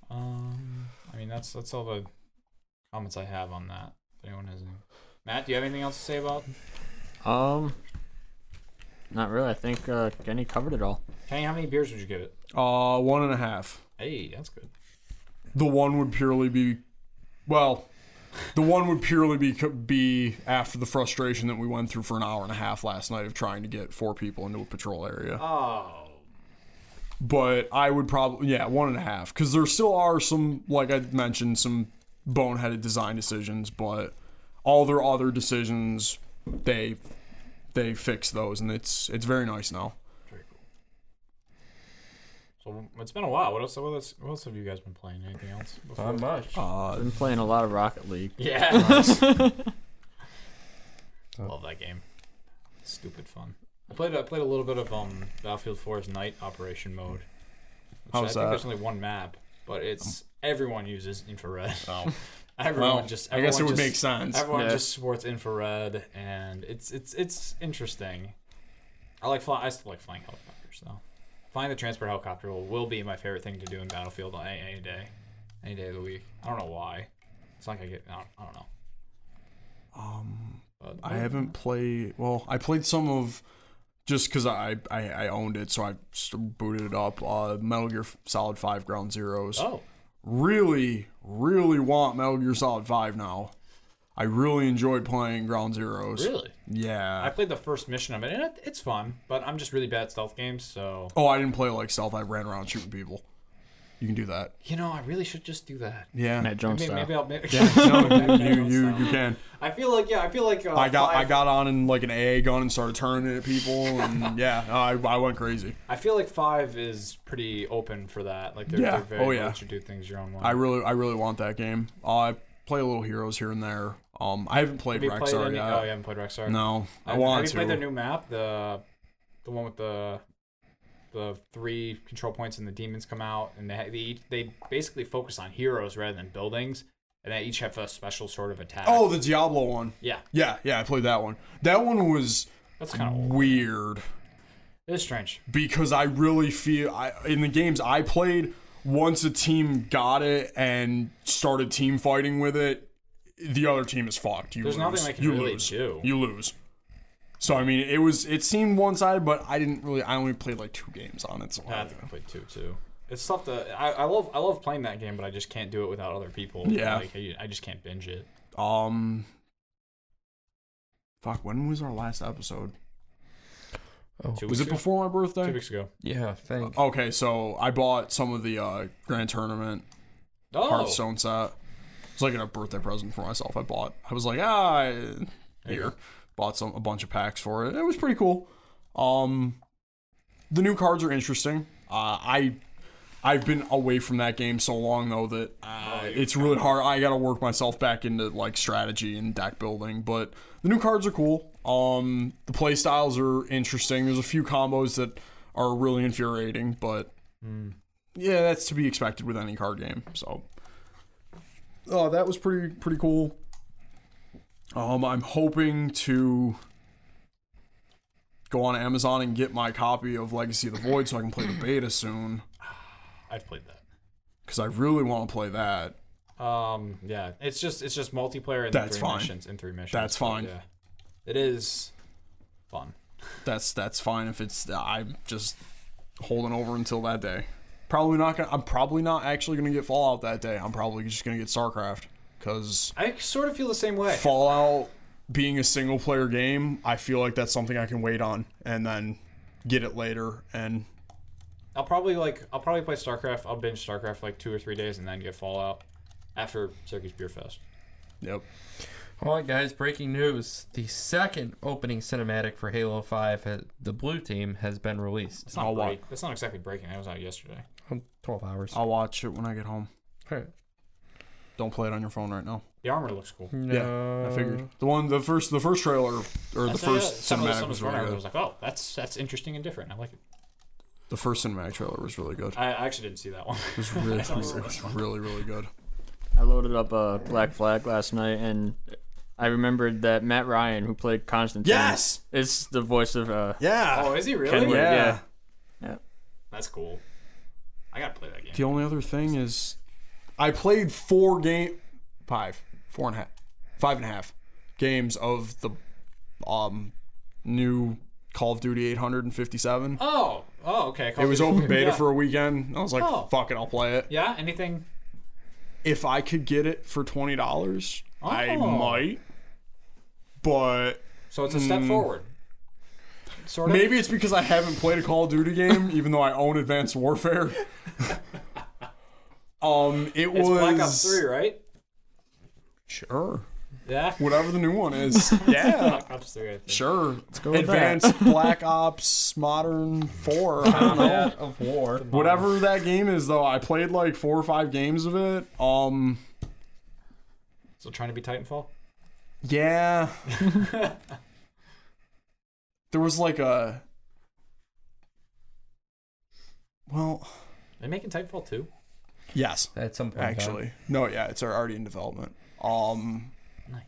Um, I mean that's that's all the comments I have on that. If anyone has any. Matt, do you have anything else to say about? Um, not really. I think uh, Kenny covered it all. Kenny, how many beers would you give it? Uh, one and a half. Hey, that's good. The one would purely be, well, the one would purely be be after the frustration that we went through for an hour and a half last night of trying to get four people into a patrol area. Oh, but I would probably yeah one and a half because there still are some like I mentioned some boneheaded design decisions, but all their other decisions they they fix those and it's it's very nice now. very cool. So it's been a while. What else? What else, what else have you guys been playing? Anything else? Before? Not much. Uh, I've been playing a lot of Rocket League. yeah. Love that game. Stupid fun. I played. I played a little bit of um Battlefield 4's Night Operation mode. Which I How's think that? Oh. there's only one map, but it's everyone uses infrared. everyone Well, just. I Everyone guess it would just- make sense. Everyone Yeah. just sports infrared, and it's it's it's interesting. I like fly. I still like flying helicopters though. Flying the transport helicopter will, will be my favorite thing to do in Battlefield any, any day, any day of the week. I don't know why. It's not gonna get. I don't, I don't know. Um, But I haven't played well. I played some of just because I, I I owned it, so I just booted it up. Uh, Metal Gear Solid Five Ground Zeroes. Oh, really, really want Metal Gear Solid 5 now. I really enjoyed playing Ground Zeroes. Really? I Yeah. played the first mission of it, and it, it's fun, but I'm just really bad at stealth games, so. oh, I didn't play like stealth. I ran around shooting people. You can do that. You know, I really should just do that. Yeah. Matt Jones Maybe, style. maybe I'll. Maybe, No, you, you, you can. I feel like, yeah, I feel like. Uh, I got I five- got on in like an AA gun and started turning at people and yeah, I, I went crazy. I feel like five is pretty open for that. Like they're, Yeah. they're very Oh, yeah. let you do things your own way. I really I really want that game. Uh, I play little heroes here and there. Um, I haven't played have you Rexar played any? yet. Oh, you haven't played Rexar. No, I, Have- want Have you to. played their new map? The the one with the the three control points and the demons come out and they ha- they, each- they basically focus on heroes rather than buildings and they each have a special sort of attack. oh, the Diablo one. yeah, Yeah, yeah, I played that one. That one was that's kind of old. weird It is strange. because I really feel I in the games I played once a team got it and started team fighting with it, the other team is fucked. You There's lose. nothing I can you really lose. do. You lose. So I mean, it was it seemed one sided, but I didn't really. I only played like two games on it. So I I think I played two too. It's tough to. I, I love I love playing that game, but I just can't do it without other people. Yeah. like, I, I just can't binge it. um, fuck. When was our last episode? Two weeks Was it ago? before my birthday? Two weeks ago. Yeah, thanks. Okay, so I bought some of the uh, Grand Tournament Oh, Hearthstone set. It's like a birthday present for myself. I bought. I was like, ah, I- here. Bought some a bunch of packs for it. It was pretty cool. Um, the new cards are interesting. Uh, I I've been away from that game so long though that uh, it's really hard. I got to work myself back into like strategy and deck building. But the new cards are cool. Um, the play styles are interesting. There's a few combos that are really infuriating, but yeah, that's to be expected with any card game. So, oh, that was pretty pretty cool. Um, I'm hoping to go on Amazon and get my copy of Legacy of the Void so I can play the beta soon I've played that. because I really want to play that. Um, yeah, it's just it's just multiplayer in That's three fine. missions in three missions. That's but fine. Yeah, it is fun. That's that's fine if it's I'm just holding over until that day. Probably not gonna. I'm probably not actually gonna get Fallout that day. I'm probably just gonna get StarCraft because I sort of feel the same way. Fallout being a single player game, I feel like that's something I can wait on and then get it later. And I'll probably like I'll probably play StarCraft. I'll binge StarCraft for like two or three days and then get Fallout after Syracuse Beer Fest. yep, All right, guys, breaking news. The second opening cinematic for Halo 5, ha- the blue team, has been released. It's not I'll wa- break. That's not exactly breaking. That was out yesterday. Um, 12 hours. I'll watch it when I get home. All right. Don't play it on your phone right now. The armor looks cool. Yeah, I figured the one, the first, the first trailer or the That's- first yeah, some of the- some cinematic of was the armor really I good. was like, oh, that's that's interesting and different. I like it. The first cinematic trailer was really good. I I actually didn't see that one. It was really, it was really, really good. I loaded up uh, Black Flag last night, and I remembered that Matt Ryan, who played Constantine, Yes! is the voice of uh, Yeah, oh, is he really? Kenway. Yeah. yeah. That's cool. I gotta play that game. The only other thing is, I played four game, five, four and a half, five and a half games of the um new Call of Duty 857. Oh, oh, okay. It was open beta Yeah. for a weekend. I was like, Oh. "Fuck it, I'll play it." Yeah. Anything? If I could get it for twenty dollars, I Oh. might. But So it's a step forward. Sort of. Hmm. maybe it's because I haven't played a Call of Duty game, even though I own Advanced Warfare. um, it It's was Black Ops 3, right? Sure. Yeah. whatever the new one is. yeah, Black Ops 3, I think. sure. Let's go. with Advanced Black Ops Modern Four. I don't know. Out of war. Whatever that game is, though, I played like four or five games of it. Um, So trying to be Titanfall? yeah. there was like a. Well, They making Titanfall 2? yes, At some point. in time. actually, no, yeah, it's already in development. Um, Nice.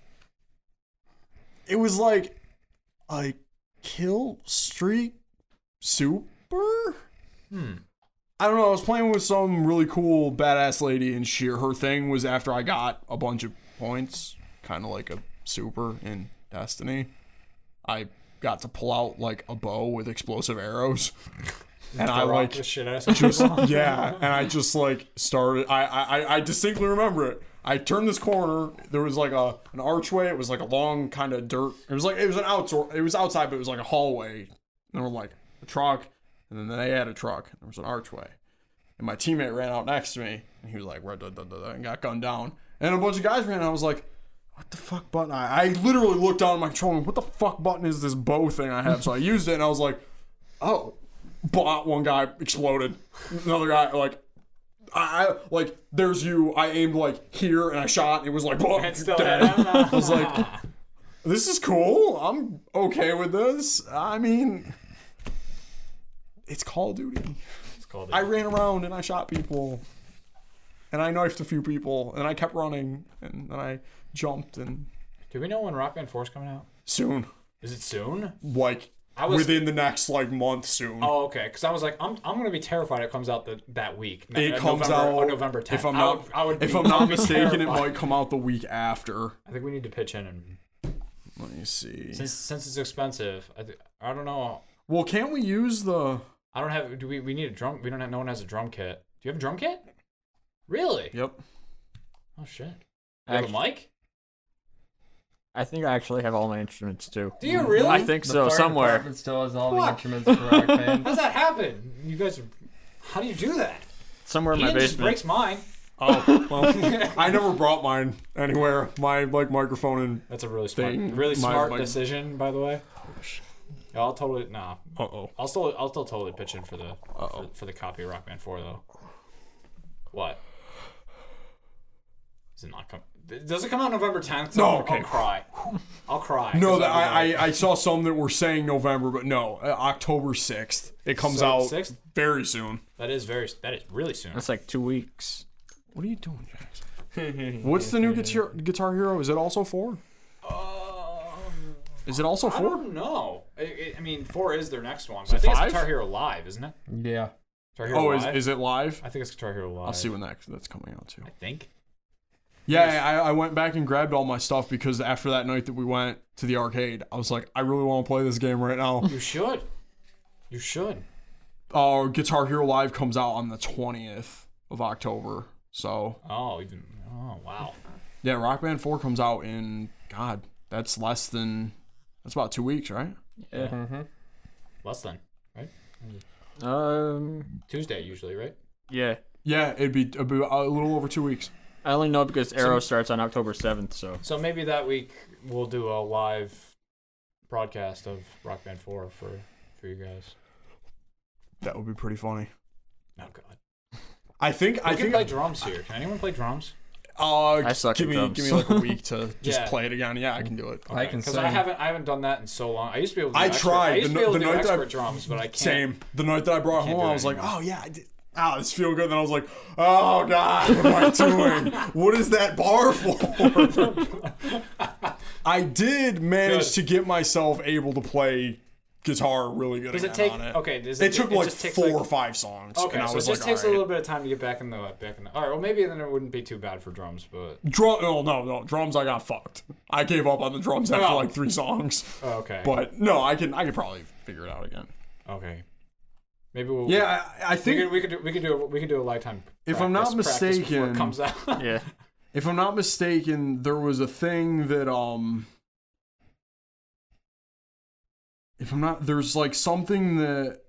it was like a kill streak super. Hmm. I don't know. I was playing with some really cool badass lady, and she her thing was after I got a bunch of points, kind of like a super in Destiny. I got to pull out like a bow with explosive arrows, and I The Rock like the shit out of some people. yeah, and I just like started. I I I- I distinctly remember it. I turned this corner. There was like a an archway. It was like a long kind of dirt. It was like it was an outdoor. It was outside, but it was like a hallway. And there were like a truck, and then they had a truck. And there was an archway. And my teammate ran out next to me, and he was like, "Red, da, da, da, da," and got gunned down. And a bunch of guys ran. And I was like, "What the fuck button?" I, I literally looked down at my controller. What the fuck button is this bow thing I have? So I used it, and I was like, "Oh." Bought one guy exploded, another guy like I, I like there's you. I aimed like here and I shot. And it was like boom, And you're still dead. had I was like, this is cool. I'm okay with this. I mean, it's Call of Duty. It's called I ran around and I shot people, and I knifed a few people, and I kept running, and then I jumped and Do we know when Rock Band 4 is coming out? soon, Is it soon? like I was- within the next like month soon. Oh, okay. Because I was like, I'm, I'm gonna be terrified. It comes out the, that week. It Uh, comes November, out on November 10th. If I'm I not, would, I would if be- I'm I not would be mistaken, it terrified. might come out the week after. I think we need to pitch in, and Let me see. since since it's expensive, I, th- I don't know. Well, can't we use the? I don't have. Do we? We need a drum. We don't have. No one has a drum kit. Do you have a drum kit? Really? Yep. Oh shit. You have a mic? I think I actually have all my instruments too. Do mm, you really? I think so, somewhere. It still has all the Fuck. instruments for Rock Band. How's that happen? You guys. Are, how do you do that? Somewhere in my Ian just basement. breaks mine. Oh well, I never brought mine anywhere. My like microphone and That's a really smart, Thing. really My- Oh, smart my- decision, by the way. Yeah, I'll totally nah. uh oh. I'll still, I'll still totally pitch in for the for, for the copy of Rockman Four though. What? Is it not come? Does it come out November tenth? No, I'll, okay. I'll cry. I'll cry. No, 'cause that I'll be I, like- I I saw some that were saying November, but no, uh, October sixth. It comes So, out 6th? very soon. that is very that is really soon. That's like two weeks. What are you doing, Jax? What's the new guitar Guitar Hero? Is it also four? Um, Is it also I four? don't know. I, I- I mean, four is their next one. But I think five? it's Guitar Hero Live, isn't it? Yeah. Guitar Hero Oh, is, Live. is it live? I think it's Guitar Hero Live. I'll see when that that's coming out too. I think. Yeah, I, I went back and grabbed all my stuff because after that night that we went to the arcade, I was like, I really want to play this game right now. You should. You should. Oh, Guitar Hero Live comes out on the twentieth of October, so Oh, even. Oh, wow. Yeah, Rock Band 4 comes out in, God, that's less than, that's about two weeks, right? Less than Um, Tuesday usually, right? yeah. Yeah, it'd be, it'd be a little over two weeks. I only know because Arrow starts on October 7th, so. So maybe that week we'll do a live broadcast of Rock Band Four for for you guys. That would be pretty funny. Oh God. I think, I I can think, play drums here. Can anyone play drums? uh, I suck give at me, drums. give me like a week to just Yeah. play it again. Yeah, I can do it. I can Because I sing. haven't I haven't done that in so long. I used to be able to. Do I expert- tried. I used to The be no- able to the do night that I- expert drums, but I can't. Same. The night that I brought Can't home, do I it was like, anymore. oh yeah, I did. Ah, this feel good. Then I was like, oh god, what am I doing? what is that bar for? I did manage Good. to get myself able to play guitar really good Does again it take? on it. Okay. Does it, It took it like just takes four like- or five songs. Okay, and I so was it just like, takes "All a right." little bit of time to get back in the back in the. All right, well maybe then it wouldn't be too bad for drums, but Drum, no, no, no. Drums, I got fucked. I gave up on the drums after Oh. like three songs. oh, okay. But no, I can, I can probably figure it out again. okay, maybe we'll. Yeah, I, I we think could we could do we could do a, we could do a lifetime. If I'm not practice- practice before mistaken- it comes out. Yeah. if I'm not mistaken, there was a thing that um if I'm not there's like something that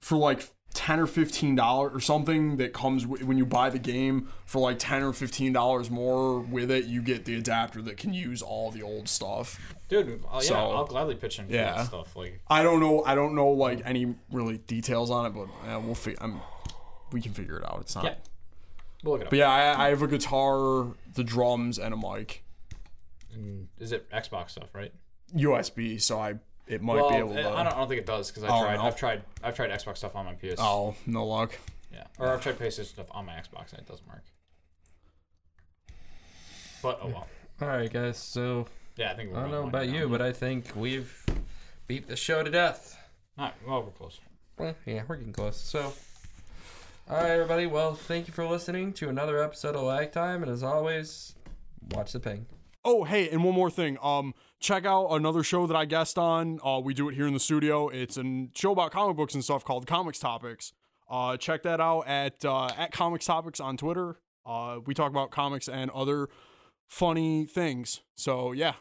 for like 10 or 15 dollars or something that comes w- when you buy the game for like 10 or 15 dollars more with it you get the adapter that can use all the old stuff Dude, uh, yeah, So- I'll gladly pitch in for Yeah. that stuff. Like, i don't know i don't know like any really details on it but uh, we'll fi- I'm, we can figure it out it's not yeah, we'll look it up. but yeah I, I have a guitar the drums and a mic And is it Xbox stuff, right? USB, so I it might well, be able I- to. I don't, I don't think it does because I Oh, tried. no. I've tried. I've tried Xbox stuff on my PS. oh, no luck. yeah, or I've tried PlayStation stuff on my Xbox and it doesn't work. But oh well. All right, guys. So Yeah, I think we're I don't gonna know wind about it you, down. but I think we've beat the show to death. All right, well, we're close. Well, yeah, we're getting close. So, all right, everybody. Well, thank you for listening to another episode of Lag Time, and as always, watch the ping. Oh, hey, and one more thing. Um, check out another show that I guest on. Uh, we do it here in the studio. It's a show about comic books and stuff called Comics Topics. Uh, check that out at uh, at Comics Topics on Twitter. Uh, we talk about comics and other funny things. So yeah,